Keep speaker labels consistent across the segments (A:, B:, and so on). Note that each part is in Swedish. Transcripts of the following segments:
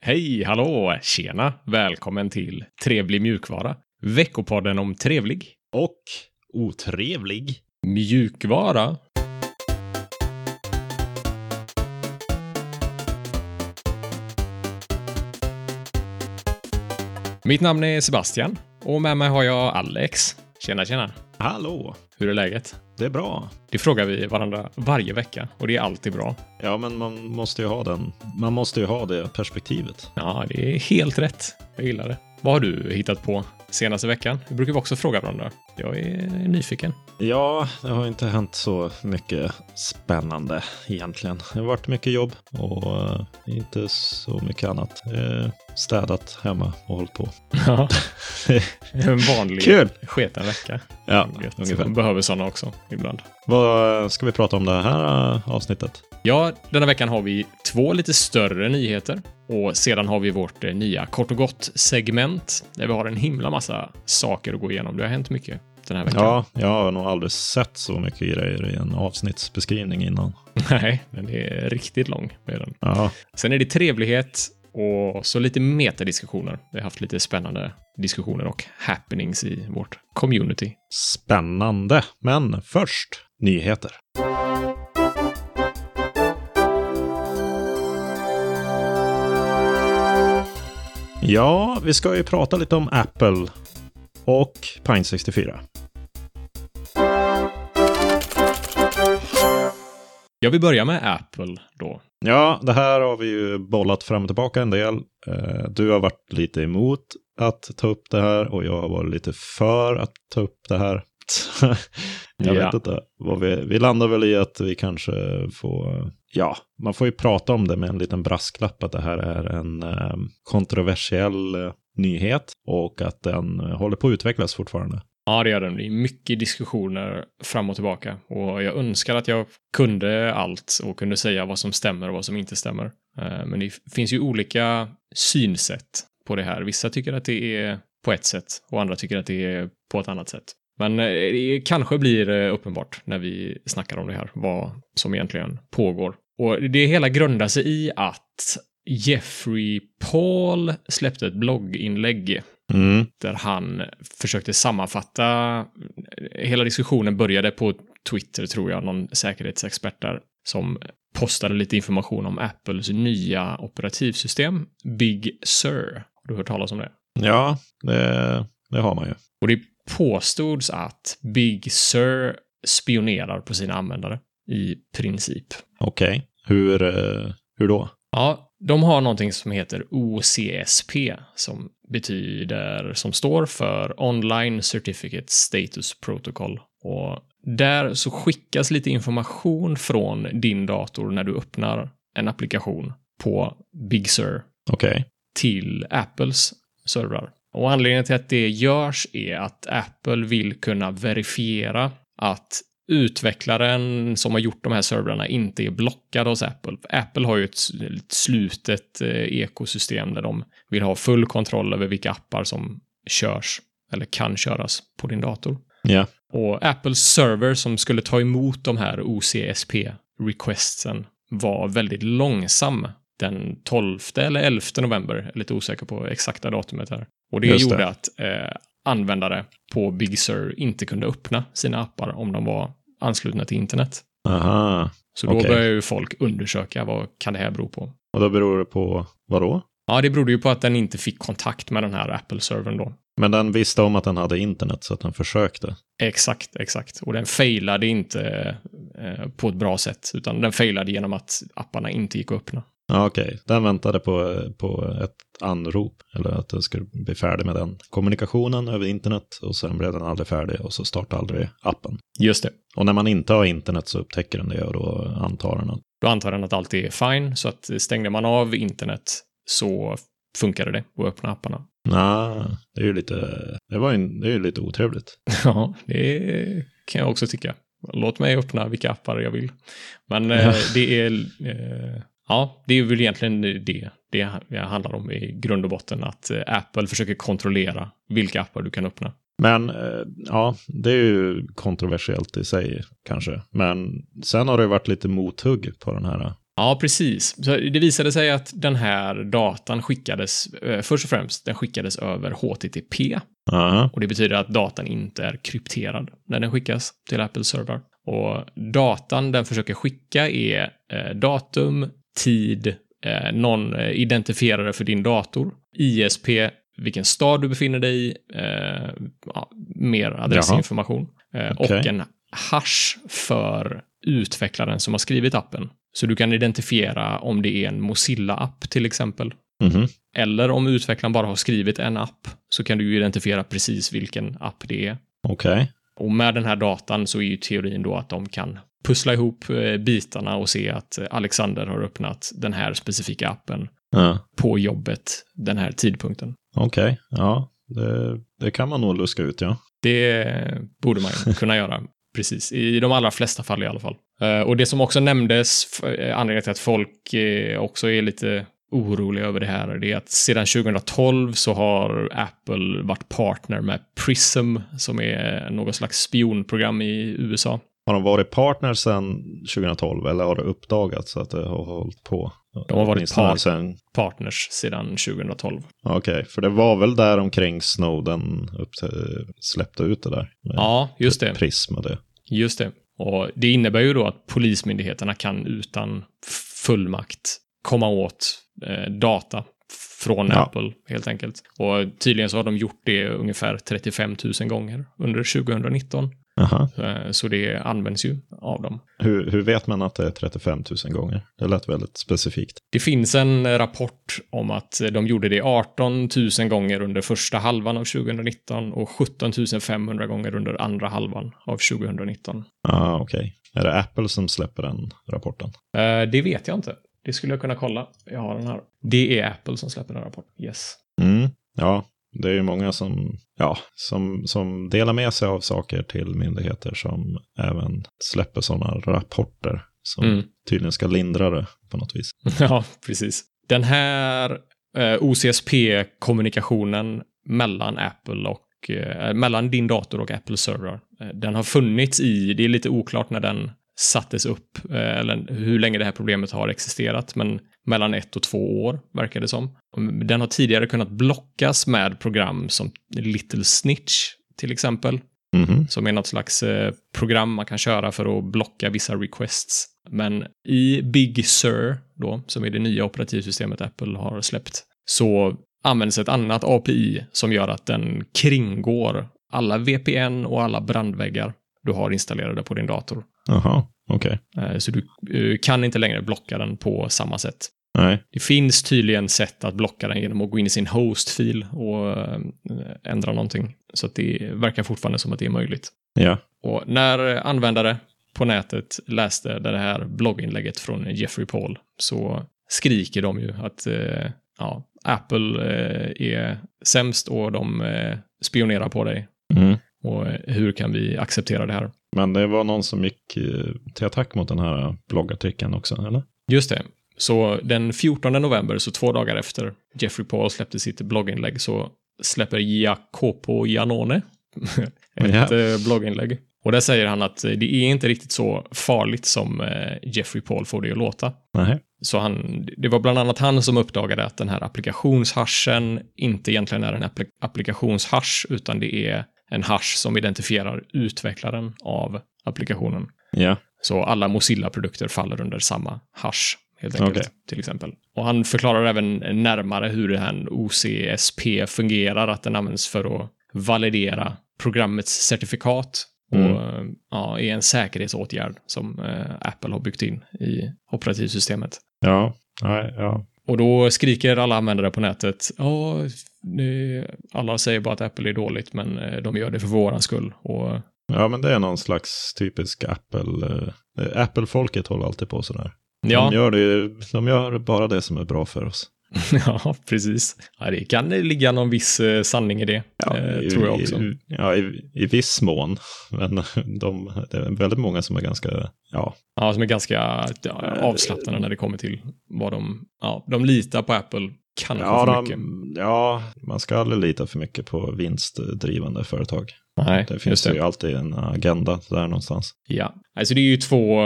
A: Hej, hallå, tjena, välkommen till Trevlig mjukvara. Veckopodden om trevlig
B: Och otrevlig.
A: mjukvara. Mitt namn är Sebastian och med mig har jag Alex. Tjena, tjena.
B: Hallå,
A: Hur är läget?
B: det är bra.
A: Det frågar vi varandra varje vecka och det är alltid bra.
B: Ja, men man måste ju ha den. Man måste ju ha det perspektivet.
A: Ja, det är helt rätt. Jag gillar det. Vad har du hittat på senaste veckan? Det brukar vi också fråga varandra. Jag är nyfiken.
B: Ja, det har inte hänt så mycket spännande egentligen. Det har varit mycket jobb och eh, inte så mycket annat. Eh, städat hemma och hållit på.
A: Ja. En vanlig
B: Kul!
A: sketen vecka.
B: Ja,
A: Vet, Man
B: ungefär.
A: behöver sådana också ibland.
B: Vad eh, ska vi prata om det här eh, avsnittet?
A: Ja, denna veckan har vi två lite större nyheter och sedan har vi vårt eh, nya kort och gott segment där vi har en himla massa saker att gå igenom. Det har hänt mycket den här veckan.
B: Ja, jag har nog aldrig sett så mycket grejer i en avsnittsbeskrivning innan.
A: Nej, den är riktigt lång. Med den.
B: Ja,
A: Sen är det trevlighet och så lite metadiskussioner. Vi har haft lite spännande diskussioner och happenings i vårt community.
B: spännande. Men först, nyheter. Ja, vi ska ju prata lite om Apple och Pine 64.
A: Jag vill börja med Apple då.
B: Ja, det här har vi ju bollat fram och tillbaka en del. Eh, Du har varit lite emot att ta upp det här och jag har varit lite för att ta upp det här. jag
A: Ja.
B: vet inte. Vad vi, vi landar väl i att vi kanske får... Ja, man får ju prata om det med en liten brasklapp att det här är en eh, kontroversiell eh, nyhet och att den eh, håller på att utvecklas fortfarande.
A: Ja, det gör den. Det är mycket diskussioner fram och tillbaka och jag önskar att jag kunde allt och kunde säga vad som stämmer och vad som inte stämmer. Eh, Men det f- finns ju olika synsätt på det här. Vissa tycker att det är på ett sätt och andra tycker att det är på ett annat sätt. Men eh, det kanske blir eh, uppenbart när vi snackar om det här, vad som egentligen pågår. Och det hela grundar sig i att Jeffrey Paul släppte ett blogginlägg där han försökte sammanfatta. Hela diskussionen började på Twitter, tror jag, någon säkerhetsexpert där som postade lite information om Apples nya operativsystem, Big Sur. Har du hört talas om det?
B: Ja, det, det har man ju.
A: Och det påstods att Big Sur spionerar på sina användare i princip.
B: Okej, hur, eh, hur då?
A: Ja, de har någonting som heter OCSP som betyder, som står för Online Certificate Status Protocol. Och där så skickas lite information från din dator när du öppnar en applikation på Big Sur
B: Okej.
A: till Apples servrar. Och anledningen till att det görs är att Apple vill kunna verifiera att utvecklaren som har gjort de här servrarna inte är blockad hos Apple. Apple har ju ett sl- ett slutet eh, ekosystem där de vill ha full kontroll över vilka appar som körs eller kan köras på din dator.
B: Ja.
A: Och Apples server som skulle ta emot de här OCSP-requestsen var väldigt långsam den 12 eller 11 november. Jag är lite osäker på exakta datumet här. Och det
B: Just det.
A: gjorde att eh, användare på Big Sur inte kunde öppna sina appar om de var anslutna till internet.
B: Aha.
A: Så då
B: Okej.
A: började ju folk undersöka vad kan det här bero på.
B: Och då beror det på vadå?
A: Ja, det berodde ju på att den inte fick kontakt med den här Apple-servern då.
B: Men den visste om att den hade internet så att den försökte.
A: Exakt, exakt. Och den failade inte eh, på ett bra sätt, utan den failade genom att apparna inte gick att öppna.
B: Ja, Okej, den väntade på, på ett anrop eller att den skulle bli färdig med den kommunikationen över internet och sen blev den aldrig färdig och så startade aldrig appen.
A: Just det.
B: Och när man inte har internet så upptäcker den det och då antar den att
A: Då antar den att allt är fine, så att stängde man av internet så funkade det att öppna apparna.
B: nej, det är ju lite, det var ju, det är ju lite otrevligt.
A: Ja, det kan jag också tycka. Låt mig öppna vilka appar jag vill. Men eh, det är... Eh, ja, det är väl egentligen det det handlar om i grund och botten. Att eh, Apple försöker kontrollera vilka appar du kan öppna.
B: Men eh, ja, det är ju kontroversiellt i sig kanske. Men sen har det varit lite mothugg på den här
A: Ja, precis. Så det visade sig att den här datan skickades, eh, först och främst, den skickades över HTTP.
B: Aha.
A: Och det betyder att datan inte är krypterad när den skickas till Apples server. Och datan den försöker skicka är eh, datum, tid, eh, någon eh, identifierare för din dator, ISP, vilken stad du befinner dig i, eh, ja, mer adressinformation eh, och
B: Okej.
A: en hash för utvecklaren som har skrivit appen. Så du kan identifiera om det är en Mozilla-app till exempel.
B: Mhm.
A: Eller om utvecklaren bara har skrivit en app så kan du ju identifiera precis vilken app det är.
B: Okej.
A: Och med den här datan så är ju teorin då att de kan pussla ihop eh, bitarna och se att eh, Alexander har öppnat den här specifika appen
B: Ja.
A: på jobbet den här tidpunkten.
B: Okej. Ja, det, det kan man nog luska ut, ja.
A: Det borde man ju kunna göra. Precis, i de allra flesta fall i alla fall. Eh, Och det som också nämndes, f- eh, anledningen till att folk eh, också är lite oroliga över det här, det är att sedan 2012 så har Apple varit partner med Prism, som är något slags spionprogram i USA.
B: Har de varit partner sedan 2012 eller har det uppdagats att det har hållit på?
A: De har varit
B: Åtminstone
A: part-
B: Sen...
A: Partners sedan 2012.
B: Okej, för det var väl där omkring Snowden upp släppte ut det där. med
A: Ja, just det.
B: Prism och det.
A: Just det. Och det innebär ju då att polismyndigheterna kan utan fullmakt komma åt eh, data från
B: Ja.
A: Apple helt enkelt. Och tydligen så har de gjort det ungefär 35 000 gånger under 2019.
B: Aha.
A: Eh, Så det används ju av dem.
B: Hur, hur vet man att det är 35 000 gånger? Det lät väldigt specifikt.
A: Det finns en rapport om att de gjorde det 18 000 gånger under första halvan av 2019 och 17 500 gånger under andra halvan av 2019.
B: Ah, Okej. Är det Apple som släpper den rapporten?
A: Eh, det vet jag inte. Det skulle jag kunna kolla. Jag har den här. Det är Apple som släpper den här rapporten. Yes.
B: Mm. Ja, det är ju många som, ja, som, som delar med sig av saker till myndigheter som även släpper sådana rapporter som
A: Mm.
B: tydligen ska lindra det på något vis.
A: ja, precis. Den här eh, OCSP-kommunikationen mellan Apple och eh, mellan din dator och Apple server. eh, Den har funnits i, det är lite oklart när den sattes upp eh, eller hur länge det här problemet har existerat, men mellan ett och två år verkar det som. Mm, Den har tidigare kunnat blockas med program som Little Snitch till exempel.
B: Mhm.
A: som är något slags eh, program man kan köra för att blocka vissa requests. Men i Big Sur, då, som är det nya operativsystemet Apple har släppt, så används ett annat API som gör att den kringgår alla VPN och alla brandväggar du har installerade på din dator.
B: Jaha, okej.
A: Eh, Så du eh, kan inte längre blocka den på samma sätt.
B: Nej,
A: Det finns tydligen sätt att blocka den genom att gå in i sin host-fil och eh, ändra någonting. Så att det verkar fortfarande som att det är möjligt.
B: ja.
A: Och när eh, användare på nätet läste det här blogginlägget från Jeffrey Paul så skriker de ju att eh, ja, Apple eh, är sämst och de eh, spionerar på dig.
B: Mm.
A: Och eh, hur kan vi acceptera det här?
B: Men det var någon som gick eh, till attack mot den här bloggartikeln också, eller?
A: Just det. Så den 14 november, så två dagar efter Jeffrey Paul släppte sitt blogginlägg, så släpper Jacopo Janone ett
B: Ja.
A: eh, blogginlägg. Och där säger han att eh, det är inte riktigt så farligt som eh, Jeffrey Paul får det att låta.
B: Nej.
A: Så han, det var bland annat han som uppdagade att den här applikationshaschen inte egentligen är en appli- applikationshash, utan det är en hash som identifierar utvecklaren av applikationen.
B: Ja,
A: Så alla Mozilla-produkter faller under samma hash, helt enkelt,
B: Okej.
A: till exempel. Och han förklarar även närmare hur den här OCSP fungerar, att den används för att validera programmets certifikat
B: Mm.
A: och eh, ja, är en säkerhetsåtgärd som eh, Apple har byggt in i operativsystemet.
B: ja, nej, ja.
A: Och då skriker alla användare på nätet, ja, det- alla säger bara att Apple är dåligt, men eh, de gör det för våran skull. Och
B: Ja, men det är någon slags typisk Apple. eh, Apple-folket håller alltid på sådär.
A: ja,
B: De, gör det, de gör bara det som är bra för oss.
A: Ja, precis. Ja, det kan ligga någon viss eh, sanning i det, eh,
B: i,
A: tror jag också.
B: I, ja, i, i viss mån. Men de, det är väldigt många som är ganska, ja,
A: Ja, som är ganska ja,
B: Eh,
A: avslappnade när det kommer till vad de... Ja, de litar på Apple kanske för
B: ja,
A: mycket.
B: de, ja, man ska aldrig lita för mycket på vinstdrivande företag.
A: Nej,
B: Det finns
A: just
B: ju alltid en agenda där någonstans.
A: Ja, alltså det är ju två,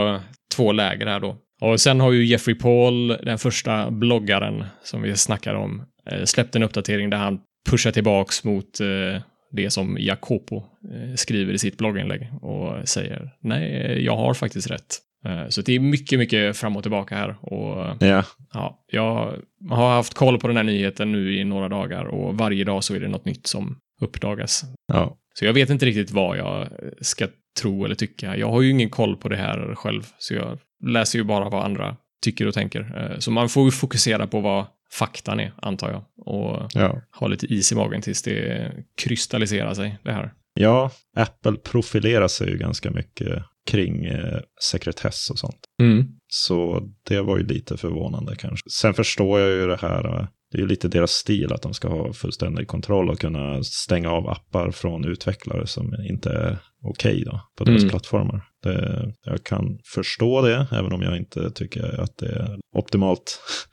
A: två läger här då. Och sen har ju Jeffrey Paul, den första bloggaren som vi snackade om, eh, släppt en uppdatering där han pushar tillbaks mot eh, det som Jacopo eh, skriver i sitt blogginlägg och säger nej, jag har faktiskt rätt. Eh, Så det är mycket, mycket fram och tillbaka här och eh,
B: Ja,
A: ja, jag har haft koll på den här nyheten nu i några dagar och varje dag så är det något nytt som uppdagas.
B: ja.
A: Så jag vet inte riktigt vad jag ska tro eller tycka. Jag har ju ingen koll på det här själv, så jag läser ju bara vad andra tycker och tänker. Eh, Så man får ju fokusera på vad faktan är, antar jag, och
B: ja.
A: ha lite is i magen tills det kristalliserar sig, det här.
B: Ja, Apple profilerar sig ju ganska mycket kring eh, sekretess och sånt. Så det var ju lite förvånande kanske. Sen förstår jag ju det här. eh, Det är ju lite deras stil att de ska ha fullständig kontroll och kunna stänga av appar från utvecklare som inte är okej då på deras
A: Mm.
B: plattformar. Det, jag kan förstå det, även om jag inte tycker att det är optimalt.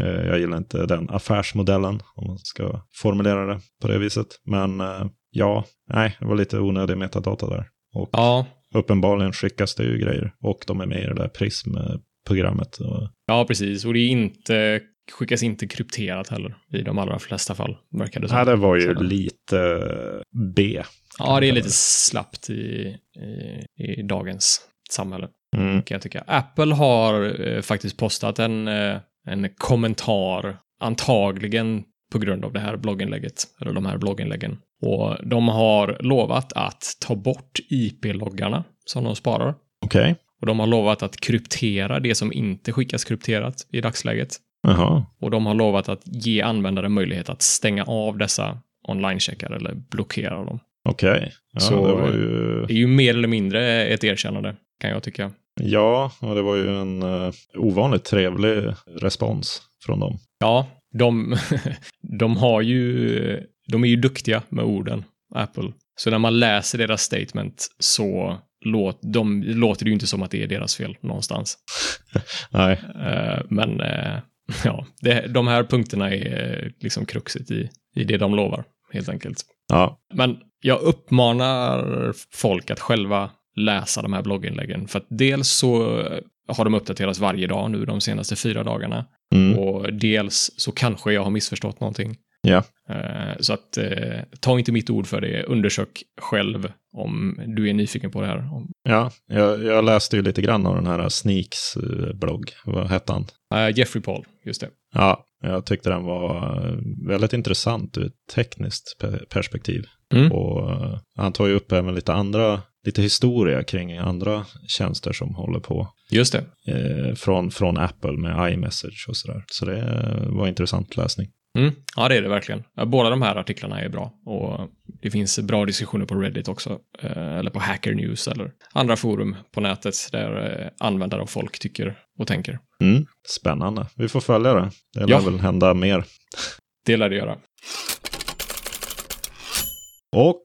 B: Eh, jag gillar inte den affärsmodellen, om man ska formulera det på det viset. Men eh, ja, nej, det var lite onödig metadata där. Och
A: Ja,
B: uppenbarligen skickas det ju grejer och de är med i det där Prism-programmet. Och,
A: ja, precis. Och det är inte, skickas inte krypterat heller i de allra flesta fall, verkar det som.
B: nej, det var ju
A: Så-
B: lite B.
A: Ja, det är lite slappt i, i, i dagens samhälle.
B: Mm.
A: kan jag tycka. Apple har eh, faktiskt postat en, eh, en kommentar, antagligen på grund av det här blogginlägget, eller de här blogginläggen. Och de har lovat att ta bort IP-loggarna som de sparar.
B: Okej.
A: Och de har lovat att kryptera det som inte skickas krypterat i dagsläget.
B: Jaha.
A: Och de har lovat att ge användare möjlighet att stänga av dessa onlinecheckar eller blockera dem.
B: Okej. Ja,
A: Så-
B: det var ju...
A: Det är ju mer eller mindre ett erkännande, kan jag tycka.
B: Ja, och det var ju en eh, ovanligt trevlig respons från dem.
A: Ja, de, de har ju, de är ju duktiga med orden, Apple. Så när man läser deras statement så låt, de, låter det ju inte som att det är deras fel någonstans.
B: Nej.
A: Eh, men eh, ja, det, de här punkterna är eh, liksom kruxet i, i det de lovar, helt enkelt.
B: Ja.
A: Men jag uppmanar folk att själva läsa de här blogginläggen, för att dels så har de uppdaterats varje dag nu de senaste fyra dagarna.
B: Mm.
A: Och dels så kanske jag har missförstått någonting.
B: Ja.
A: Eh, Så att eh, ta inte mitt ord för det, undersök själv om du är nyfiken på det här. Om-
B: ja. Jag, jag läste ju lite grann av den här Sneaks eh, blogg. Vad hette han?
A: Eh, Jeffrey Paul, just det.
B: Ja, jag tyckte den var eh, väldigt intressant ur ett tekniskt pe- perspektiv.
A: Mm.
B: Och eh, han tar ju upp även lite andra, lite historia kring andra tjänster som håller på
A: Just det.
B: eh, från, från Apple med iMessage och sådär. Så det eh, var intressant läsning.
A: Mm. Ja, det är det verkligen. Eh, Båda de här artiklarna är bra och det finns bra diskussioner på Reddit också, eh, eller på Hacker News eller andra forum på nätet där eh, användare och folk tycker och tänker.
B: Mm. Spännande. Vi får följa det. Det lär
A: Ja.
B: väl hända mer.
A: Det lär det göra.
B: Och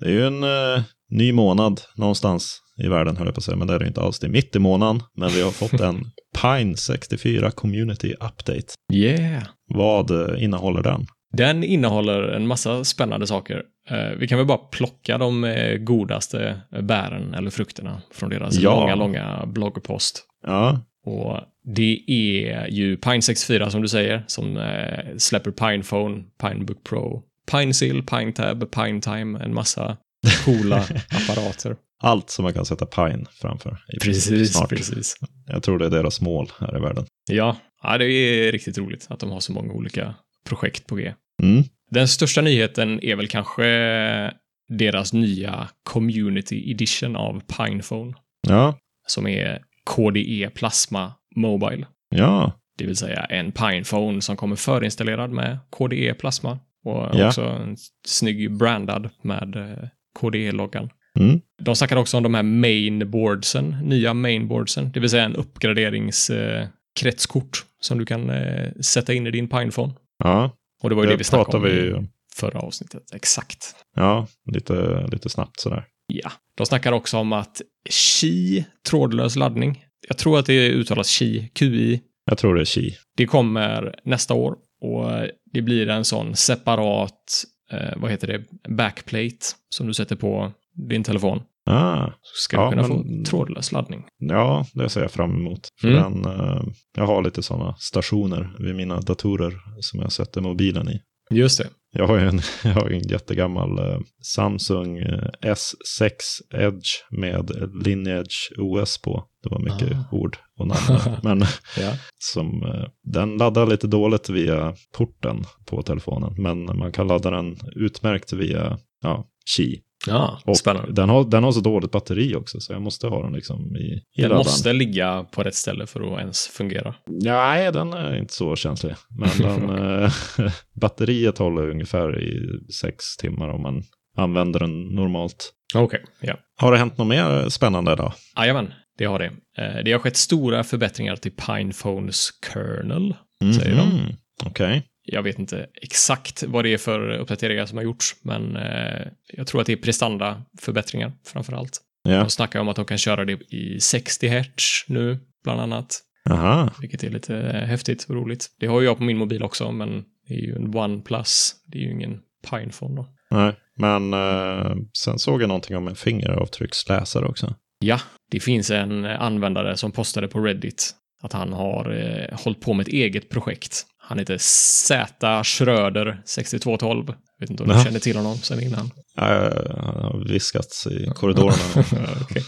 B: det är ju en eh, ny månad någonstans i världen, höll jag på att säga, men det är det inte alls. Det är mitt i månaden, men vi har fått en Pine 64 Community Update.
A: Yeah!
B: Vad eh, innehåller den?
A: Den innehåller en massa spännande saker. Eh, Vi kan väl bara plocka de eh, godaste bären eller frukterna från deras
B: Ja.
A: långa, långa bloggpost.
B: Ja,
A: Och det är ju Pine 64 som du säger, som eh, släpper Pinephone, Pinebook Pro, Pinesil, Pinetab, Pinetime, en massa coola apparater.
B: allt som man kan sätta Pine framför. i princip snart.
A: precis.
B: Jag tror det är deras mål här i världen.
A: Ja. ja, det är riktigt roligt att de har så många olika projekt på G.
B: Mm.
A: Den största nyheten är väl kanske deras nya Community Edition av Pinephone,
B: Ja,
A: som är KDE Plasma Mobile.
B: ja,
A: Det vill säga en Pinephone som kommer förinstallerad med KDE Plasma och
B: Ja.
A: också en snygg brandad med eh, KDE-loggan.
B: Mm.
A: De snackar också om de här mainboardsen, nya mainboardsen, det vill säga en uppgraderingskretskort som du kan eh, sätta in i din Pinephone.
B: ja.
A: Och det var ju det,
B: Det
A: vi snackade
B: pratar
A: om
B: vi
A: i
B: ju
A: förra avsnittet. Exakt.
B: ja, lite, lite snabbt sådär.
A: Ja. De snackar också om att Qi, trådlös laddning, jag tror att det uttalas Qi, QI,
B: Jag tror det är Qi.
A: det kommer nästa år och det blir en sån separat, eh, vad heter det, backplate som du sätter på din telefon
B: Ah,
A: Så ska
B: Ja,
A: du kunna
B: men-
A: få trådlös laddning.
B: ja, det ser jag fram emot. För
A: Mm.
B: den, eh, jag har lite sådana stationer vid mina datorer som jag sätter mobilen i.
A: Just det.
B: Jag har ju en, jag har ju en jättegammal eh, Samsung eh, S6 Edge med Lineage OS på. Det var mycket
A: Ah.
B: ord och namn. där. Men
A: Ja.
B: som, eh, den laddar lite dåligt via porten på telefonen. Men man kan ladda den utmärkt via ja, Qi.
A: Ja,
B: Och
A: spännande.
B: Den har, den har så dåligt batteri också så jag måste ha den liksom i, i
A: Den
B: laddaren.
A: måste ligga på rätt ställe för att ens fungera.
B: Nej, den är inte så känslig. Men den, eh, batteriet håller ungefär i sex timmar om man använder den normalt.
A: Okej, ja.
B: Har det hänt något mer spännande idag?
A: Jajamän, det har det. Eh, Det har skett stora förbättringar till Pinephones kernel. Säger de.
B: Mhm. Okej.
A: Jag vet inte exakt vad det är för uppdateringar som har gjorts, men eh, jag tror att det är prestandaförbättringar framför allt.
B: Ja.
A: De snackar om att de kan köra det i 60 hertz nu, bland annat,
B: Aha.
A: vilket är lite eh, häftigt och roligt. Det har ju jag på min mobil också, men det är ju en OnePlus. Det är ju ingen Pinephone då.
B: Nej. Men eh, sen såg jag någonting om en fingeravtrycksläsare också.
A: Ja, det finns en användare som postade på Reddit att han har eh, hållit på med ett eget projekt. Han heter Z Schröder 6212. Vet inte om du
B: Jaha.
A: känner till honom sen innan.
B: Eh, Han har viskats i korridorerna.
A: Okej.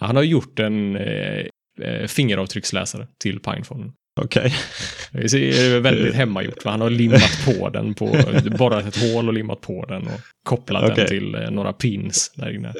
A: Han har gjort en eh, eh, fingeravtrycksläsare till Pinephone.
B: Okej.
A: Det är väldigt
B: Eh.
A: hemmagjort, för han har limmat på den, på, borrat ett hål och limmat på den och kopplat den
B: Okej.
A: till eh, några pins där inne.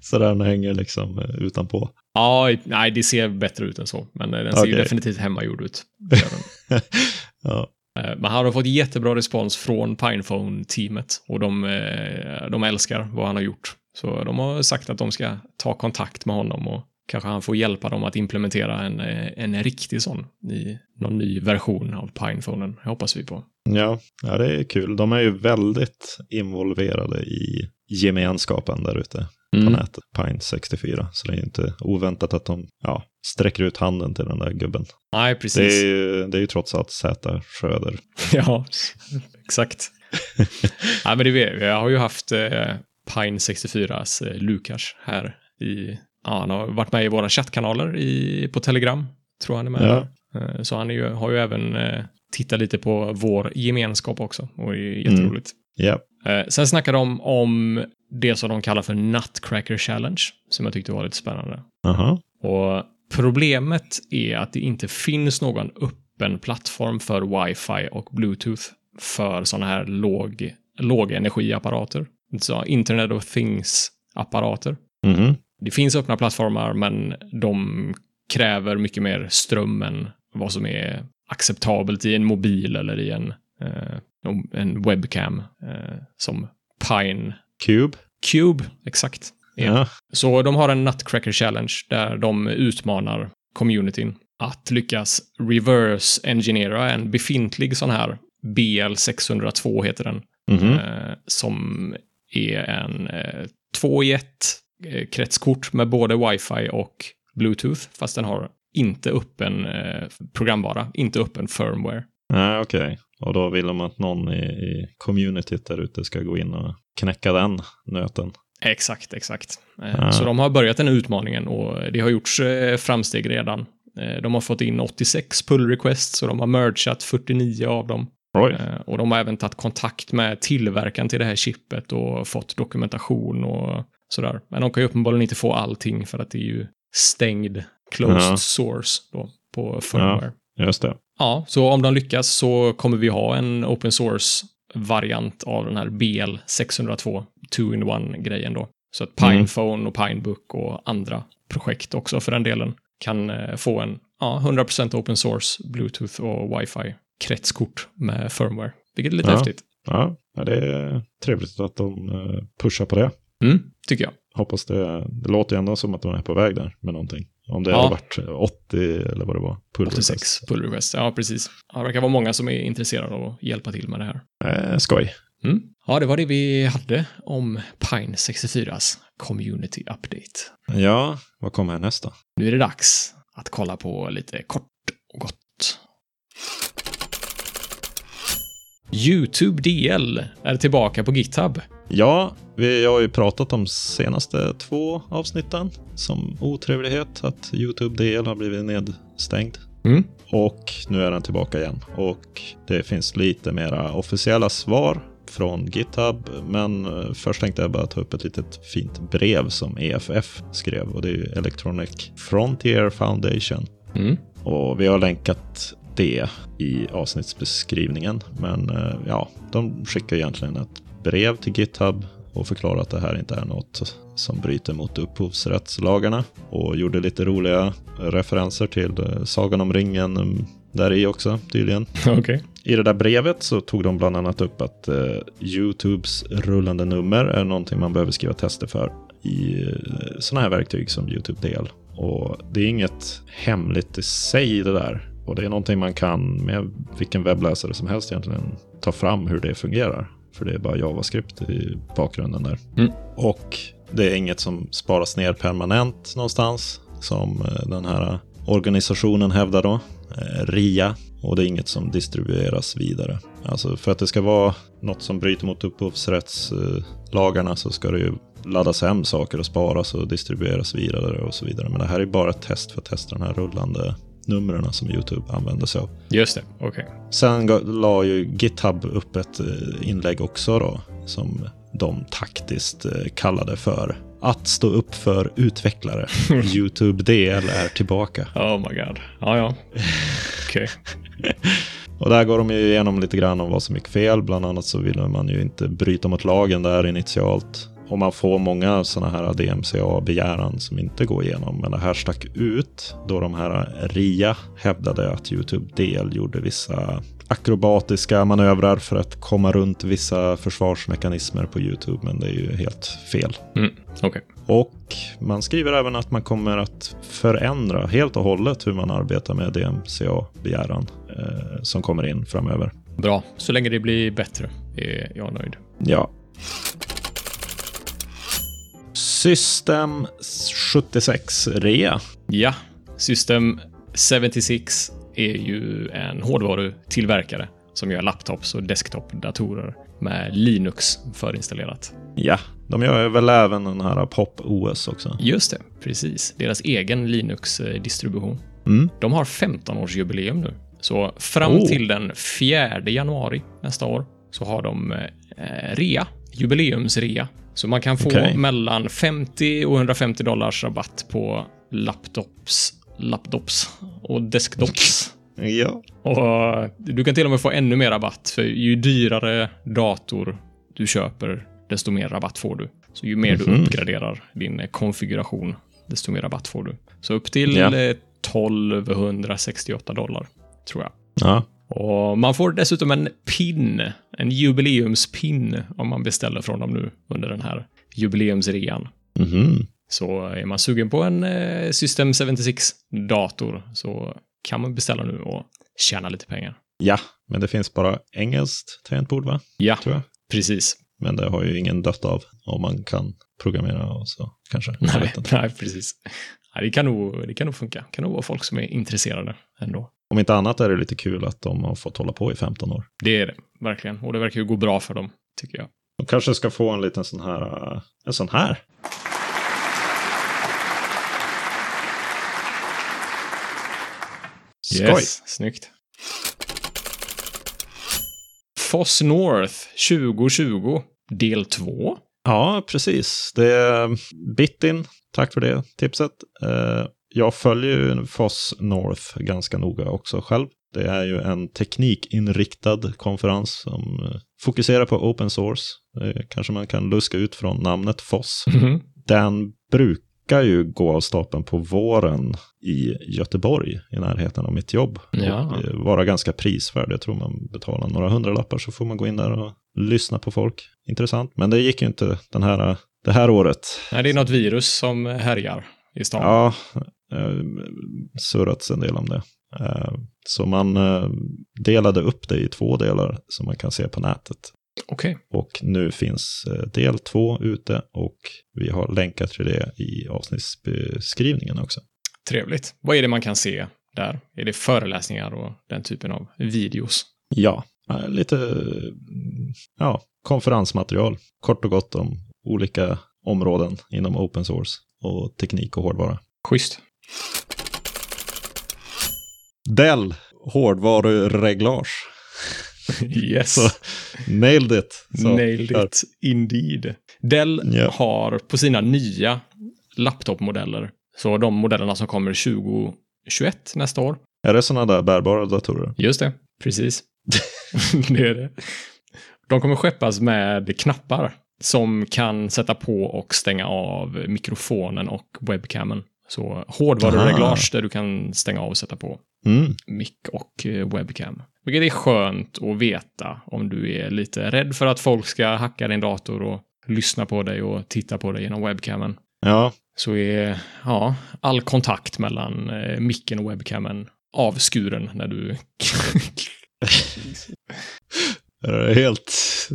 B: så den hänger liksom eh, utanpå.
A: Ja, nej, det ser bättre ut än så, men eh, den ser ju
B: Okej.
A: definitivt hemmagjord ut. Det gör den.
B: ja.
A: Eh, Men han har fått jättebra respons från Pinephone-teamet och de, eh, de älskar vad han har gjort. Så de har sagt att de ska ta kontakt med honom och kanske han får hjälpa dem att implementera en, eh, en riktig sån i någon ny version av Pinephonen. Det hoppas vi på.
B: Ja. ja, det är kul. De är ju väldigt involverade i gemenskapen där ute
A: Mm.
B: på nätet. Pint 64. Så det är ju inte oväntat att de ja, sträcker ut handen till den där gubben.
A: Nej,
B: Det är,
A: precis.
B: ju, det är ju trots allt Z. Schröder.
A: Ja, exakt. Nej, men det vet jag. jag har ju haft eh, Pine 64s eh, Lukas här i... Ja, han har varit med i våra chattkanaler i, på Telegram, tror han är med.
B: Ja.
A: där. Eh, Så han är ju, har ju även eh, tittat lite på vår gemenskap också och det är jätteroligt.
B: Ja,
A: Eh, Sen snackar de om det som de kallar för Nutcracker Challenge, som jag tyckte var lite spännande.
B: aha.
A: Och problemet är att det inte finns någon öppen plattform för wifi och bluetooth för sådana här låg, lågenergiapparater. Så Internet of Things-apparater.
B: Mhm.
A: Det finns öppna plattformar, men de kräver mycket mer ström än vad som är acceptabelt i en mobil eller i en, eh, en webcam eh, som Pine
B: Cube.
A: Cube, exakt. är.
B: Ja.
A: Så de har en Nutcracker Challenge där de utmanar communityn att lyckas reverse engineera en befintlig sån här BL602 heter den,
B: Mhm.
A: eh, som är en eh, 2-jet eh, kretskort med både wifi och bluetooth, fast den har inte öppen eh, programvara, inte öppen firmware.
B: Nej, okej. Och då vill de att någon i, i communityt där ute ska gå in och knäcka den nöten.
A: Exakt, exakt. Eh,
B: Ah.
A: Så de har börjat den här utmaningen och det har gjorts eh, framsteg redan. Eh, De har fått in 86 pull requests och de har mergat 49 av dem.
B: Oj.
A: Eh, Och de har även tagit kontakt med tillverkaren till det här chippet och fått dokumentation och sådär. Men de kan ju uppenbarligen inte få allting för att det är ju stängd closed
B: Ja.
A: source då på firmware. Ja.
B: Just det.
A: så om de lyckas så kommer vi ha en open source variant av den här BL 602 two-in-one grejen då. Så att
B: Mm.
A: Pinephone och Pinebook och andra projekt också för den delen kan eh, få en ja, 100% open source bluetooth och wifi kretskort med firmware. Vilket är lite
B: Ja.
A: häftigt.
B: Ja, ja, det är trevligt att de eh, pushar på det.
A: Mm, tycker jag.
B: Hoppas det. Det låter ju ändå som att de är på väg där med någonting. Om det
A: Ja.
B: har varit 80 eller vad det var. Pull
A: 86 pull request. Ja, precis. Ja, det verkar vara många som är intresserade av att hjälpa till med det här.
B: request. Eh, skoj.
A: Mm. Ja, det var det vi hade om Pine 64s community update.
B: Ja, vad kommer härnäst då?
A: Nu är det dags att kolla på lite kort och gott. YouTube DL är tillbaka på GitHub
B: Ja, vi har ju pratat om senaste två avsnitten som otrevlighet att Youtube DL har blivit nedstängd.
A: Mm.
B: Och nu är den tillbaka igen. Och det finns lite mera officiella svar från GitHub. Men eh, först tänkte jag bara ta upp ett litet fint brev som EFF skrev. Och det är ju Electronic Frontier Foundation.
A: Mm.
B: Och vi har länkat det i avsnittsbeskrivningen. Men eh, ja, de skickar egentligen ett brev till GitHub och förklarar att det här inte är något som bryter mot upphovsrättslagarna. Och gjorde lite roliga referenser till eh, Sagan om ringen mm, där i också tydligen.
A: Okej.
B: I det där brevet så tog de bland annat upp att eh, Youtubes rullande nummer är någonting man behöver skriva tester för i eh, sådana här verktyg som Youtube DL. Och det är inget hemligt i sig det där. Och det är någonting man kan med vilken webbläsare som helst egentligen ta fram hur det fungerar. För det är bara JavaScript i bakgrunden där.
A: Mm.
B: Och det är inget som sparas ner permanent någonstans som eh, den här organisationen hävdar då, eh, RIA. Och det är inget som distribueras vidare. Alltså för att det ska vara något som bryter mot upphovsrättslagarna så ska det ju laddas hem saker och sparas och distribueras vidare och så vidare. Men det här är bara ett test för att testa de här rullande numren som Youtube använder sig av.
A: Just det. Okej.
B: Sen ga- la ju GitHub upp ett eh, inlägg också då, som de taktiskt eh, kallade för att stå upp för utvecklare. Youtube DL är tillbaka.
A: Oh my god. Ja, ja. Okej.
B: Och där går de ju igenom lite grann om vad som gick fel. Bland annat så ville man ju inte bryta mot lagen där initialt. Och man får många sådana här DMCA-begäran som inte går igenom. Men det här stack ut då de här RIA hävdade att Youtube DL gjorde vissa akrobatiska manövrar för att komma runt vissa försvarsmekanismer på Youtube. Men det är ju helt fel.
A: Mm. Okej.
B: Och man skriver även att man kommer att förändra helt och hållet hur man arbetar med DMCA-begäran eh, som kommer in framöver.
A: Bra. Så länge det blir bättre är jag nöjd.
B: Ja. System 76 rea.
A: Ja, System 76 är ju en hårdvarutillverkare som gör laptops och desktopdatorer med Linux förinstallerat.
B: Ja, de gör väl även den här Pop OS också.
A: Just det, precis. Deras egen Linux-distribution.
B: Mm.
A: De har 15-årsjubileum nu. Så fram
B: Oh.
A: till den 4 januari nästa år så har de eh, rea, jubileumsrea. Så man kan få
B: Okej.
A: mellan 50 och 150 dollars rabatt på laptops, laptops och desktops.
B: Ja.
A: Och du kan till och med få ännu mer rabatt, för ju dyrare dator du köper, desto mer rabatt får du. Så ju mer du uppgraderar din eh, konfiguration, desto mer rabatt får du. Så upp till
B: Ja.
A: eh, 1268 dollar, tror jag.
B: ja.
A: Och man får dessutom en pin, en jubileumspin, om man beställer från dem nu under den här jubileumsrean.
B: Mhm.
A: Så är man sugen på en eh, System 76-dator så kan man beställa nu och tjäna lite pengar.
B: Ja, men det finns bara engelskt tangentbord va?
A: Ja,
B: Tror jag.
A: precis.
B: Men det har ju ingen dött av om man kan programmera och så kanske. Jag
A: Nej,
B: vet inte.
A: nej precis. Ja, det, kan nog, det kan nog funka. Det kan nog vara folk som är intresserade ändå.
B: Om inte annat är det lite kul att de har fått hålla på i 15 år.
A: Det är det, verkligen. Och det verkar ju gå bra för dem, tycker jag.
B: De kanske ska få en liten sån här, eh, en sån här. Skoj!
A: Snyggt. Foss North 2020, del 2.
B: Ja, precis. Det är Bitin. Tack för det tipset. Eh, Jag följer ju Foss North ganska noga också själv. Det är ju en teknikinriktad konferens som eh, fokuserar på open source. Eh, Kanske man kan luska ut från namnet Foss. den brukar ju gå av stapeln på våren i Göteborg i närheten av mitt jobb.
A: Ja.
B: Och eh, vara ganska prisvärd. Jag tror man betalar några hundralappar så får man gå in där och lyssna på folk. Intressant. Men det gick ju inte den här, det här året.
A: Nej, det är något virus som härjar i stan.
B: Ja, eh, surrats en del om det. Eh, Så man eh, delade upp det i två delar som man kan se på nätet.
A: Okej.
B: Och nu finns eh, del två ute och vi har länkat till det i avsnittsbeskrivningen också.
A: Trevligt. Vad är det man kan se där? Är det föreläsningar och den typen av videos?
B: Ja, eh, lite eh, ja, konferensmaterial. Kort och gott om olika områden inom open source och teknik och hårdvara.
A: Schysst.
B: Dell, hårdvarureglage.
A: Yes.
B: Så, Nailed it. Så,
A: Nailed
B: där.
A: it, indeed. Dell
B: Ja.
A: har på sina nya laptopmodeller, så de modellerna som kommer 2021 nästa år.
B: Är det sådana där bärbara datorer?
A: Just det, precis. det är det. De kommer skeppas med knappar som kan sätta på och stänga av mikrofonen och webcamen. Så hårdvarureglage där du kan stänga av och sätta på
B: Mm.
A: mic och eh, webcam. Vilket är skönt att veta om du är lite rädd för att folk ska hacka din dator och lyssna på dig och titta på dig genom webcamen.
B: Ja,
A: Så är ja, all kontakt mellan eh, micken och webcamen avskuren när du...
B: är det helt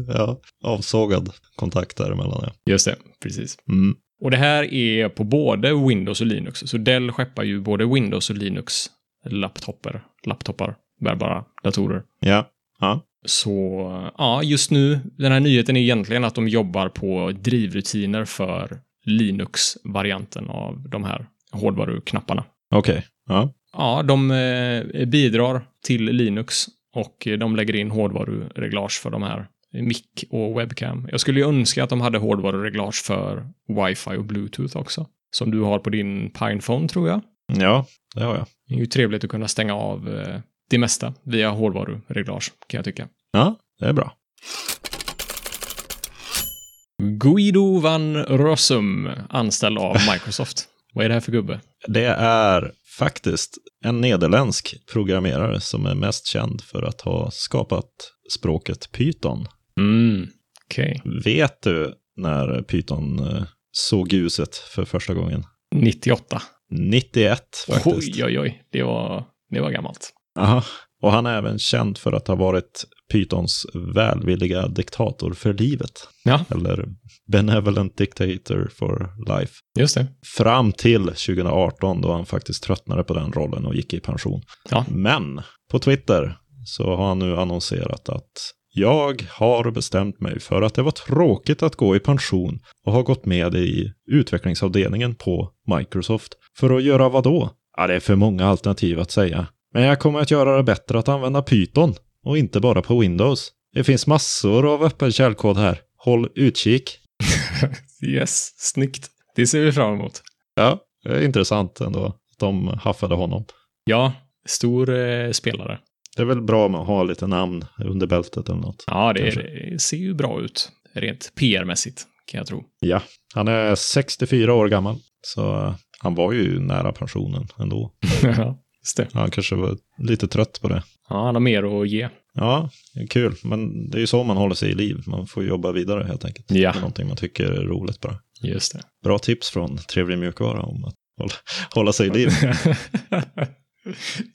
B: ja, avsågad kontakt däremellan. Ja.
A: Just det, precis.
B: Mm.
A: Och det här är på både Windows och Linux. Så Dell skeppar ju både Windows och Linux laptoper, laptopar, bärbara datorer.
B: ja.
A: Så ja, just nu, den här nyheten är egentligen att de jobbar på drivrutiner för Linux-varianten av de här hårdvaruknapparna.
B: Okej. Ja.
A: Ja, de eh, bidrar till Linux och eh, de lägger in hårdvarureglage för de här mic och webcam. Jag skulle ju önska att de hade hårdvarureglage för wifi och bluetooth också. Som du har på din Pinephone tror jag.
B: ja, det har jag.
A: Det är ju trevligt att kunna stänga av eh, det mesta via hårdvarureglage kan jag tycka.
B: Ja, det är bra.
A: Guido van Rossum, anställd av Microsoft. Vad är det här för gubbe?
B: Det är faktiskt en nederländsk programmerare som är mest känd för att ha skapat språket Python.
A: Mm, okej.
B: Vet du när Python eh, såg ljuset för första gången?
A: 98.
B: 91 faktiskt.
A: Oj, oj, oj. Det var, det var gammalt.
B: Aha. Och han är även känd för att ha varit Pythons välvilliga diktator för livet.
A: Ja.
B: Eller benevolent dictator for life.
A: Just det.
B: Fram till 2018 då han faktiskt tröttnade på den rollen och gick i pension.
A: Ja.
B: Men på Twitter så har han nu annonserat att jag har bestämt mig för att det var tråkigt att gå i pension och har gått med i utvecklingsavdelningen på Microsoft. För att göra vad då? Ja, det är för många alternativ att säga. Men jag kommer att göra det bättre att använda Python och inte bara på Windows. Det finns massor av öppen källkod här. Håll utkik.
A: Yes, snyggt. Det ser vi fram emot.
B: Ja, det är Eh, intressant ändå att de haffade honom.
A: Ja, stor eh, spelare.
B: Det är väl bra med att ha lite namn under bältet eller något.
A: Ja, det,
B: Kanske.
A: det ser ju bra ut. Rent PR-mässigt, kan jag tro.
B: Han är 64 år gammal, så eh, han var ju nära pensionen ändå.
A: Ja, Just det.
B: Han kanske var lite trött på det.
A: Ja, han har mer att ge.
B: Ja, det är kul, men det är ju så man håller sig i liv. Man får jobba vidare helt enkelt.
A: Ja.
B: Det är någonting man tycker är roligt bara.
A: Just det.
B: Bra tips från Trevlig mjukvara om att hålla, hålla sig i liv.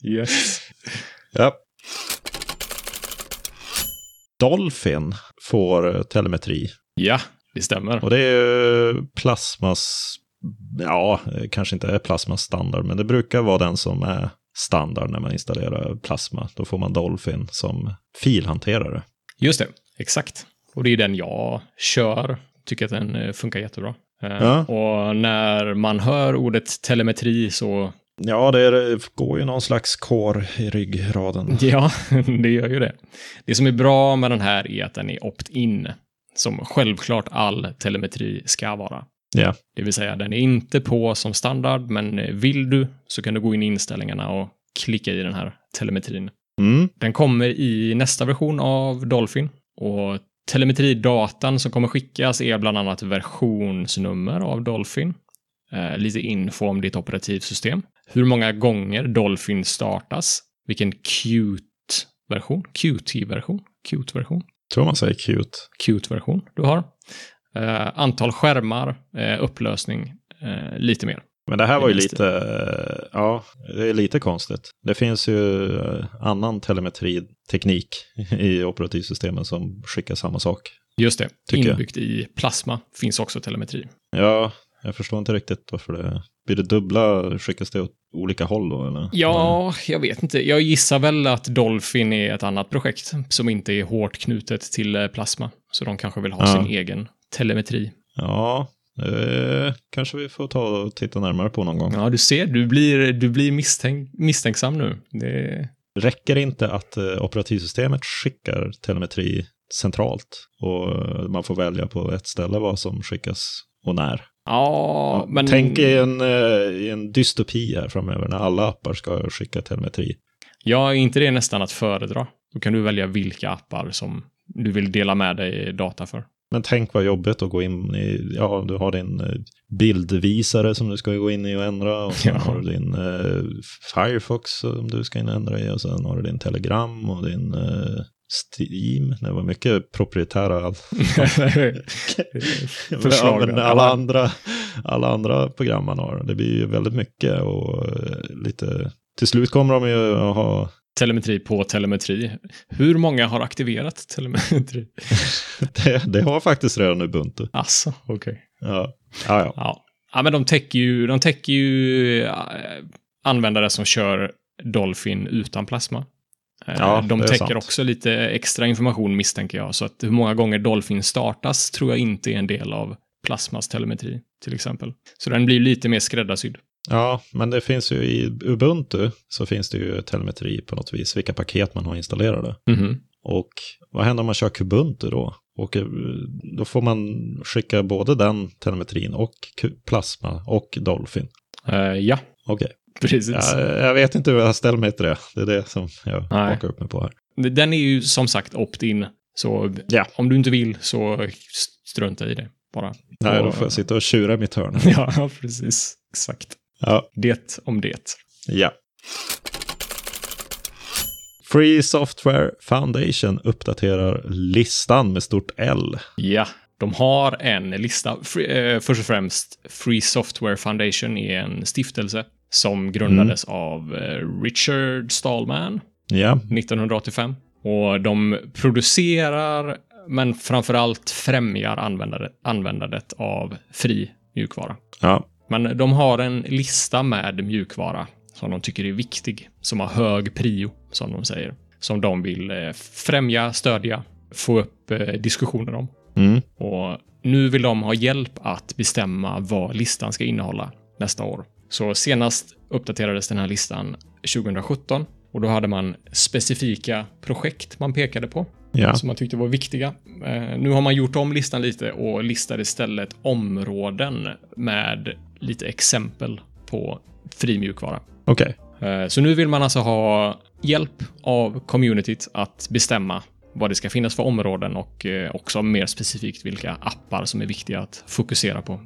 A: yes.
B: Ja. Dolphin får eh, telemetri
A: Ja, det stämmer.
B: Och det är ju plasmas, ja, eh, kanske inte är plasmas standard, men det brukar vara den som är standard när man installerar plasma. Då får man Dolphin som filhanterare.
A: Just det, exakt. Och det är den jag kör. Tycker att den eh, funkar jättebra. Eh,
B: Ja.
A: Och när man hör ordet telemetri så,
B: Ja, det, är, det går ju någon slags kår i ryggraden.
A: ja, det gör ju det. Det som är bra med den här är att den är opt-in, som självklart all telemetri ska vara.
B: Ja.
A: Det vill säga, den är inte på som standard, men eh, vill du så kan du gå in i inställningarna och klicka i den här telemetrin.
B: Mm.
A: Den kommer i nästa version av Dolphin. Och telemetridatan som kommer skickas är bland annat versionsnummer av Dolphin. Eh, lite info om ditt operativsystem. Hur många gånger Dolphin startas. Vilken Qt-version? Qt-version? Qt-version?
B: Tror man säger cute.
A: Qt-version du har. Eh, antal skärmar, eh, upplösning, eh, lite mer.
B: Men det här var ju
A: Det minns
B: lite, eh, ja, det är lite konstigt. Det finns ju eh, annan telemetriteknik i operativsystemen som skickar samma sak.
A: Just det,
B: Tycker jag.
A: inbyggt i plasma finns också telemetri.
B: Ja, jag förstår inte riktigt varför det blir det dubbla skickas det åt olika håll då eller?
A: Ja, jag vet inte. Jag gissar väl att Dolphin är ett annat projekt som inte är hårt knutet till eh, plasma. Så de kanske vill ha
B: Ja.
A: sin egen telemetri.
B: Ja, eh, kanske vi får ta och titta närmare på någon gång.
A: Ja, du ser, du blir, du blir misstänk misstänksam nu. Det,
B: Räcker det inte att eh, operativsystemet skickar telemetri centralt och eh, man får välja på ett ställe vad som skickas och när?
A: ja, men...
B: Tänk i en, eh, i en dystopi här framöver när alla appar ska skicka telemetri.
A: Ja, är inte det nästan att föredra? Då kan du välja vilka appar som du vill dela med dig data för.
B: Men tänk vad jobbigt att gå in i, ja du har din eh, bildvisare som du ska gå in i och ändra och sen
A: Ja.
B: har du din eh, Firefox som du ska in och ändra i och sen har du din Telegram och din eh, Steam. Det var mycket proprietära
A: Förslag
B: ja, men
A: där.
B: alla, andra, alla andra program man har. Det blir ju väldigt mycket och eh, lite, till slut kommer de ju att ha
A: telemetri på telemetri. Hur många har aktiverat telemetri?
B: det, det har faktiskt redan Ubuntu.
A: Alltså, okej.
B: Ja, ja. ja.
A: Ja. ja, men de täcker ju, de täcker ju eh, användare som kör Dolphin utan plasma. Eh,
B: Ja,
A: de
B: det är
A: täcker
B: sant.
A: också lite extra information misstänker jag, så att hur många gånger Dolphin startas tror jag inte är en del av plasmas telemetri till exempel. Så den blir lite mer skräddarsydd.
B: ja men det finns ju i Ubuntu så finns det ju telemetri på något vis, vilka paket man har installerade. Och vad händer om man kör Kubuntu då? Och eh, då får man skicka både den telemetrin och Ku- Plasma och Dolphin.
A: Eh, ja,
B: Okej,
A: precis.
B: ja, jag vet inte hur jag ställer mig till det. Det är det som jag
A: Nej.
B: hakar upp mig på här.
A: Den är ju som sagt opt-in, så
B: Ja.
A: om du inte vill så strunta i det bara.
B: Nej,
A: Och-
B: då får jag sitta och tjura i mitt hörn.
A: Ja, precis. Exakt.
B: Ja.
A: Det om det.
B: ja. Free Software Foundation uppdaterar listan med stort L.
A: Ja, de har en lista. Free, eh, först och främst, Free Software Foundation är en stiftelse som grundades av eh, Richard Stallman
B: Ja,
A: 1985. Och de producerar, men framförallt främjar användandet, användandet av fri mjukvara.
B: ja.
A: Men de har en lista med mjukvara som de tycker är viktig, som har hög prio, som de säger. Som de vill eh, främja, stödja, få upp eh, diskussioner om.
B: Mm.
A: Och nu vill de ha hjälp att bestämma vad listan ska innehålla nästa år. Så senast uppdaterades den här listan 2017 och då hade man specifika projekt man pekade på
B: Ja.
A: som man tyckte var viktiga. Eh, nu har man gjort om listan lite och listar istället områden med lite exempel på fri mjukvara.
B: Okej.
A: Eh, Så nu vill man alltså ha hjälp av communityt att bestämma vad det ska finnas för områden och eh, också mer specifikt vilka appar som är viktiga att fokusera på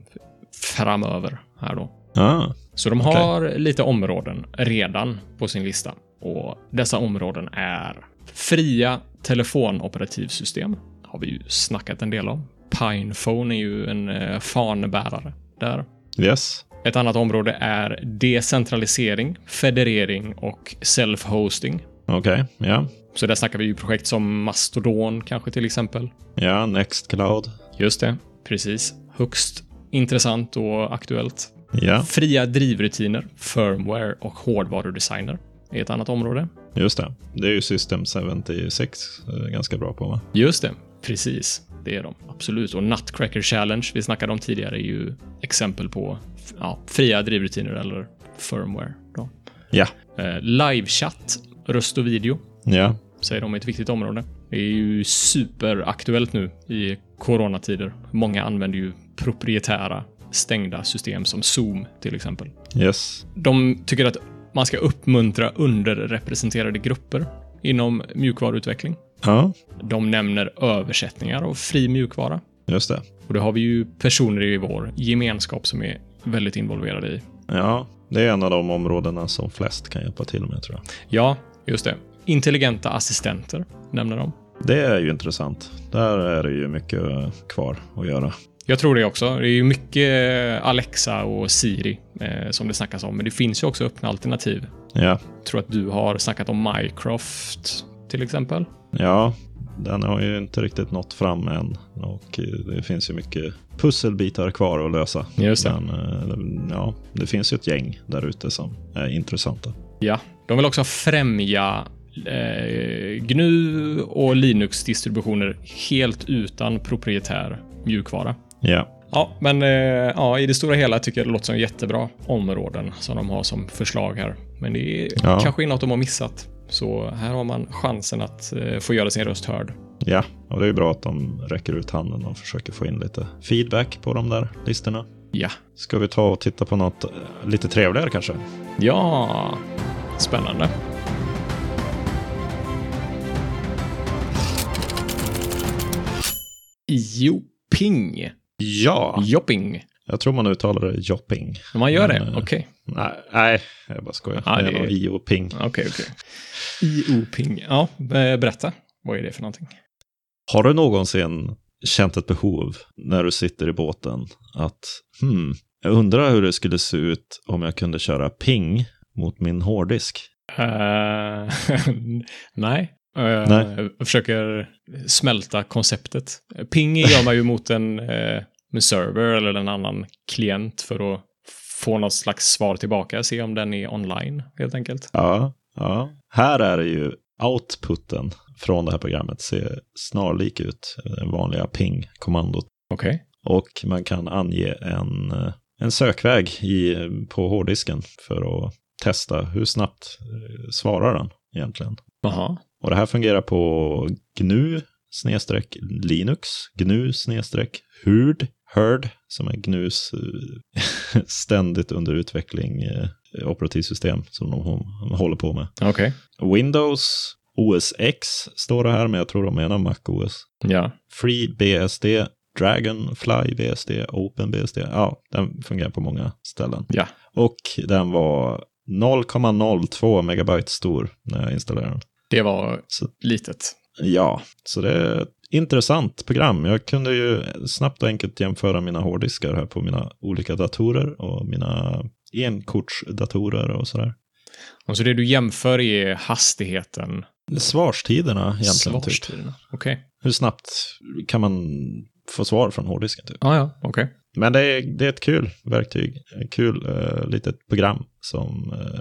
A: framöver här då.
B: Ah.
A: Så de
B: Okej.
A: har lite områden redan på sin lista och dessa områden är fria telefonoperativsystem. Har vi ju snackat en del om. Pinephone är ju en eh, fanbärare där.
B: Yes.
A: Ett annat område är decentralisering, federering och self-hosting.
B: Okej. Ja.
A: Så där snackar vi ju projekt som Mastodon kanske till exempel.
B: Ja, Nextcloud.
A: Just det, precis. Högst intressant och aktuellt.
B: Ja,
A: Fria drivrutiner, firmware och hårdvarudesigner är ett annat område.
B: just det. Det är ju System 76 eh, ganska bra på va?
A: Just det, precis. Det är de. Absolut. Och Nutcracker Challenge, vi snackade om tidigare, är ju exempel på ja, fria drivrutiner eller firmware. Då.
B: Ja.
A: Eh, Livechatt, röst och video
B: Ja.
A: säger de är ett viktigt område. Det är ju superaktuellt nu i coronatider. Många använder ju proprietära stängda system som Zoom till exempel.
B: Yes.
A: De tycker att man ska uppmuntra underrepresenterade grupper inom mjukvaruutveckling.
B: Ja,
A: De nämner översättningar och fri mjukvara.
B: just det.
A: Och det har vi ju personer i vår gemenskap som är väldigt involverade i.
B: Ja, det är en av de områdena som flest kan hjälpa till med tror jag.
A: Ja, just det. Intelligenta assistenter nämner de.
B: Det är ju intressant. Där är det ju mycket eh, kvar att göra.
A: Jag tror det också. Det är ju mycket eh, Alexa och Siri eh, som det snackas om, men det finns ju också öppna alternativ.
B: Ja,
A: Jag tror att du har snackat om Mycroft till exempel.
B: ja. Den har ju inte riktigt nått fram än och eh, det finns ju mycket pusselbitar kvar att lösa.
A: Just det.
B: Men eh, ja, det finns ju ett gäng där ute som är intressanta.
A: Ja, de vill också främja eh, GNU och Linux-distributioner helt utan proprietär mjukvara.
B: Ja,
A: Ja, men eh, ja, i det stora hela tycker jag det låter som jättebra områden som de har som förslag här. Men det är
B: Ja.
A: kanske är något de har missat. Så här har man chansen att eh, få göra sin röst hörd.
B: ja, och det är ju bra att de räcker ut handen och försöker få in lite feedback på de där listorna.
A: Ja.
B: Ska vi ta och titta på något eh, lite trevligare kanske?
A: Ja, spännande. Joping.
B: Ja,
A: Jopping.
B: jag tror man uttalar det Jopping.
A: Man gör
B: Men,
A: det?
B: eh,
A: Okej.
B: Nej, nej jag bara skojar.
A: Ja,
B: det
A: det
B: är
A: är-
B: nog IO-ping.
A: Okej, okej. IO-ping. Ja, eh, berätta. Vad är det för någonting?
B: Har du någonsin känt ett behov när du sitter i båten att hmm, jag undrar hur det skulle se ut om jag kunde köra ping mot min hårddisk?
A: Eh, nej. Eh,
B: Nej.
A: Jag försöker smälta konceptet. Ping gör man ju mot en, eh, en server eller en annan klient för att få något slags svar tillbaka, se om den är online helt enkelt.
B: Ja, ja. Här är det ju outputen från det här programmet ser snarlik ut, det vanliga ping-kommandot.
A: Okej.
B: Och man kan ange en, eh, en sökväg i, på hårddisken för att testa hur snabbt eh, svarar den egentligen.
A: Jaha.
B: Och det här fungerar på GNU snedstreck Linux, GNU snedstreck HURD, HURD, som är GNUs eh, ständigt under utveckling eh, operativsystem som de hå- håller på med.
A: Okej.
B: Windows, OS X står det här, men jag tror de menar Mac OS.
A: Ja.
B: FreeBSD, Dragonfly BSD, OpenBSD, ja, den fungerar på många ställen.
A: Ja.
B: Och den var 0,02 megabyte stor när jag installerade den.
A: Det var
B: Så
A: litet.
B: Ja, så det är ett intressant program. Jag kunde ju snabbt och enkelt jämföra mina hårddiskar här på mina olika datorer och mina enkortsdatorer och sådär.
A: Och så det du jämför är hastigheten.
B: Svarstiderna egentligen. Typ.
A: svarstiderna. Okej.
B: Hur snabbt kan man få svar från hårddisken? Typ.
A: Ah, ja, okej.
B: Men det är, det är ett kul verktyg, ett kul eh, litet program som eh,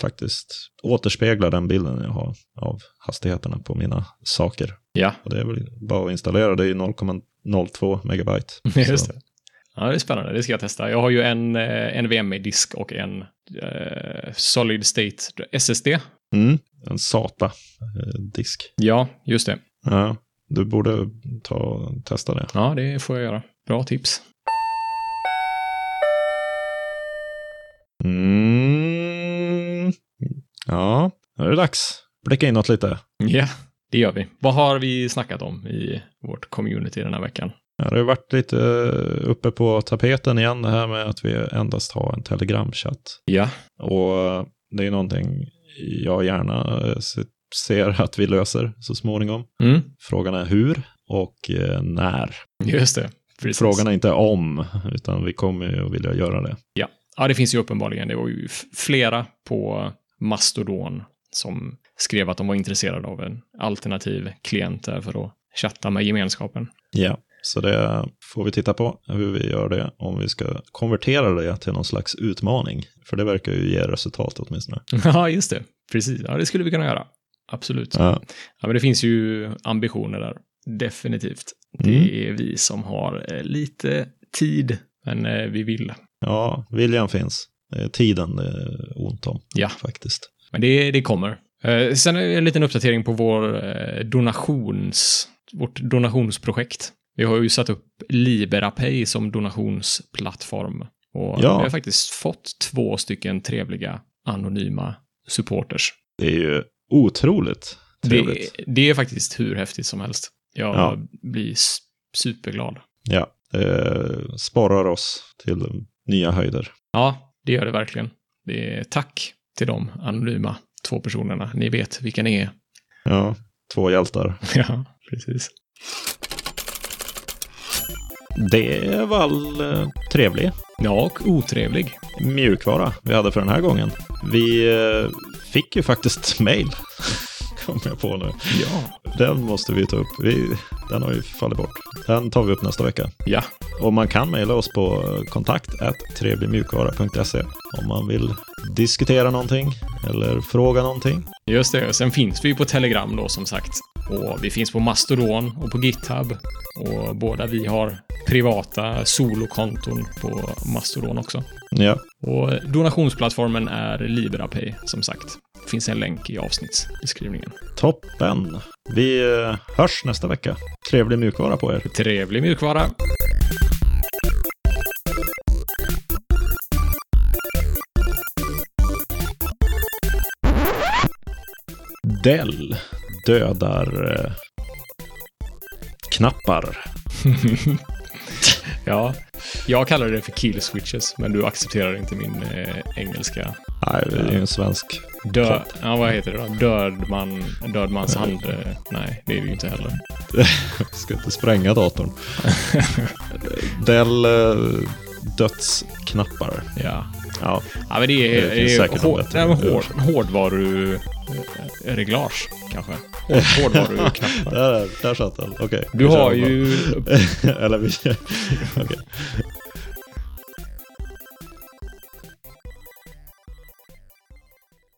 B: faktiskt återspeglar den bilden jag har av hastigheterna på mina saker.
A: Ja,
B: Och det är väl bara att installera, det är ju 0,02 megabyte.
A: just
B: Så-
A: det. Ja, det är spännande. Det ska jag testa. Jag har ju en eh, NVMe-disk och en eh, Solid State SSD.
B: Mm. En SATA-disk.
A: Ja, just det.
B: Ja, du borde ta, testa det.
A: Ja, det får jag göra. Bra tips.
B: Mm. Ja, nu är det dags. Blicka inåt lite.
A: Ja, det gör vi. Vad har vi snackat om i vårt community den här veckan?
B: Ja, det har varit lite eh, uppe på tapeten igen det här med att vi endast har en telegramchatt.
A: Ja,
B: Och eh, det är någonting jag gärna eh, se- ser att vi löser så småningom.
A: mm.
B: Frågan är hur och eh, när.
A: just det. Precis.
B: Frågan är inte om, utan vi kommer ju att vilja göra det.
A: Ja, det finns ju uppenbarligen. Det var ju f- flera på Mastodon som skrev att de var intresserade av en alternativ klient där för att chatta med gemenskapen.
B: Ja, så det får vi titta på hur vi gör det, om vi ska konvertera det till någon slags utmaning. För det verkar ju ge resultat åtminstone.
A: Ja, just det. Precis. Ja, det skulle vi kunna göra. Absolut.
B: Ja,
A: Ja, men det finns ju ambitioner där. Definitivt.
B: Mm.
A: Det är vi som har eh, lite tid, men eh, vi vill.
B: ja viljan finns. Det är Tiden det är ont om
A: Ja.
B: faktiskt.
A: Men det, det kommer. Eh, Sen är det en liten uppdatering på vår eh, donations, vårt donationsprojekt. Vi har ju satt upp Liberapay som donationsplattform. Och
B: Ja.
A: vi har faktiskt fått två stycken trevliga anonyma supporters.
B: Det är ju otroligt
A: Det,
B: trevligt.
A: det är faktiskt hur häftigt som helst. Jag
B: Ja.
A: blir s- superglad.
B: Ja, det sparar oss till nya höjder.
A: Ja, det gör det verkligen. Det är tack till de anonyma två personerna. Ni vet vilka ni är.
B: Ja, två hjältar.
A: Ja, precis.
B: Det var all eh, trevlig
A: Ja, och otrevlig.
B: mjukvara vi hade för den här gången. Vi eh, fick ju faktiskt mail kom jag på nu.
A: Ja.
B: Den måste vi ta upp. Vi, den har ju fallit bort. Den tar vi upp nästa vecka.
A: Ja.
B: Och man kan mejla oss på kontakt trevligmjukvara.se om man vill diskutera någonting eller fråga någonting.
A: Just det, och sen finns vi ju på Telegram då som sagt. Och vi finns på Mastodon och på GitHub. Och båda vi har privata solokonton på Mastodon också.
B: Ja,
A: Och donationsplattformen är LibraPay som sagt. Finns en länk i avsnittsbeskrivningen.
B: toppen. Vi eh, hörs nästa vecka. Trevlig mjukvara på er.
A: Trevlig mjukvara!
B: Dell dödar eh, knappar.
A: Ja, jag kallar det för kill switches, men du accepterar inte min eh, engelska.
B: Nej, det är ju en svensk.
A: Död,
B: Klart.
A: ja, vad heter det då? Död man, dödmans hand. eh, Nej, det är det ju inte heller.
B: Ska inte spränga datorn. Dell eh, dödsknappar.
A: Ja,
B: Ja,
A: ja men det är,
B: Det
A: det
B: finns
A: är
B: säkert någon
A: hår,
B: bättre
A: nej, men hår,
B: översättning.
A: hårdvarureglage kanske. Hår- Hårdvaruknappar.
B: där, där satt den. Okej.
A: Du
B: vi kör
A: har
B: den då.
A: ju
B: Eller vi... Okej.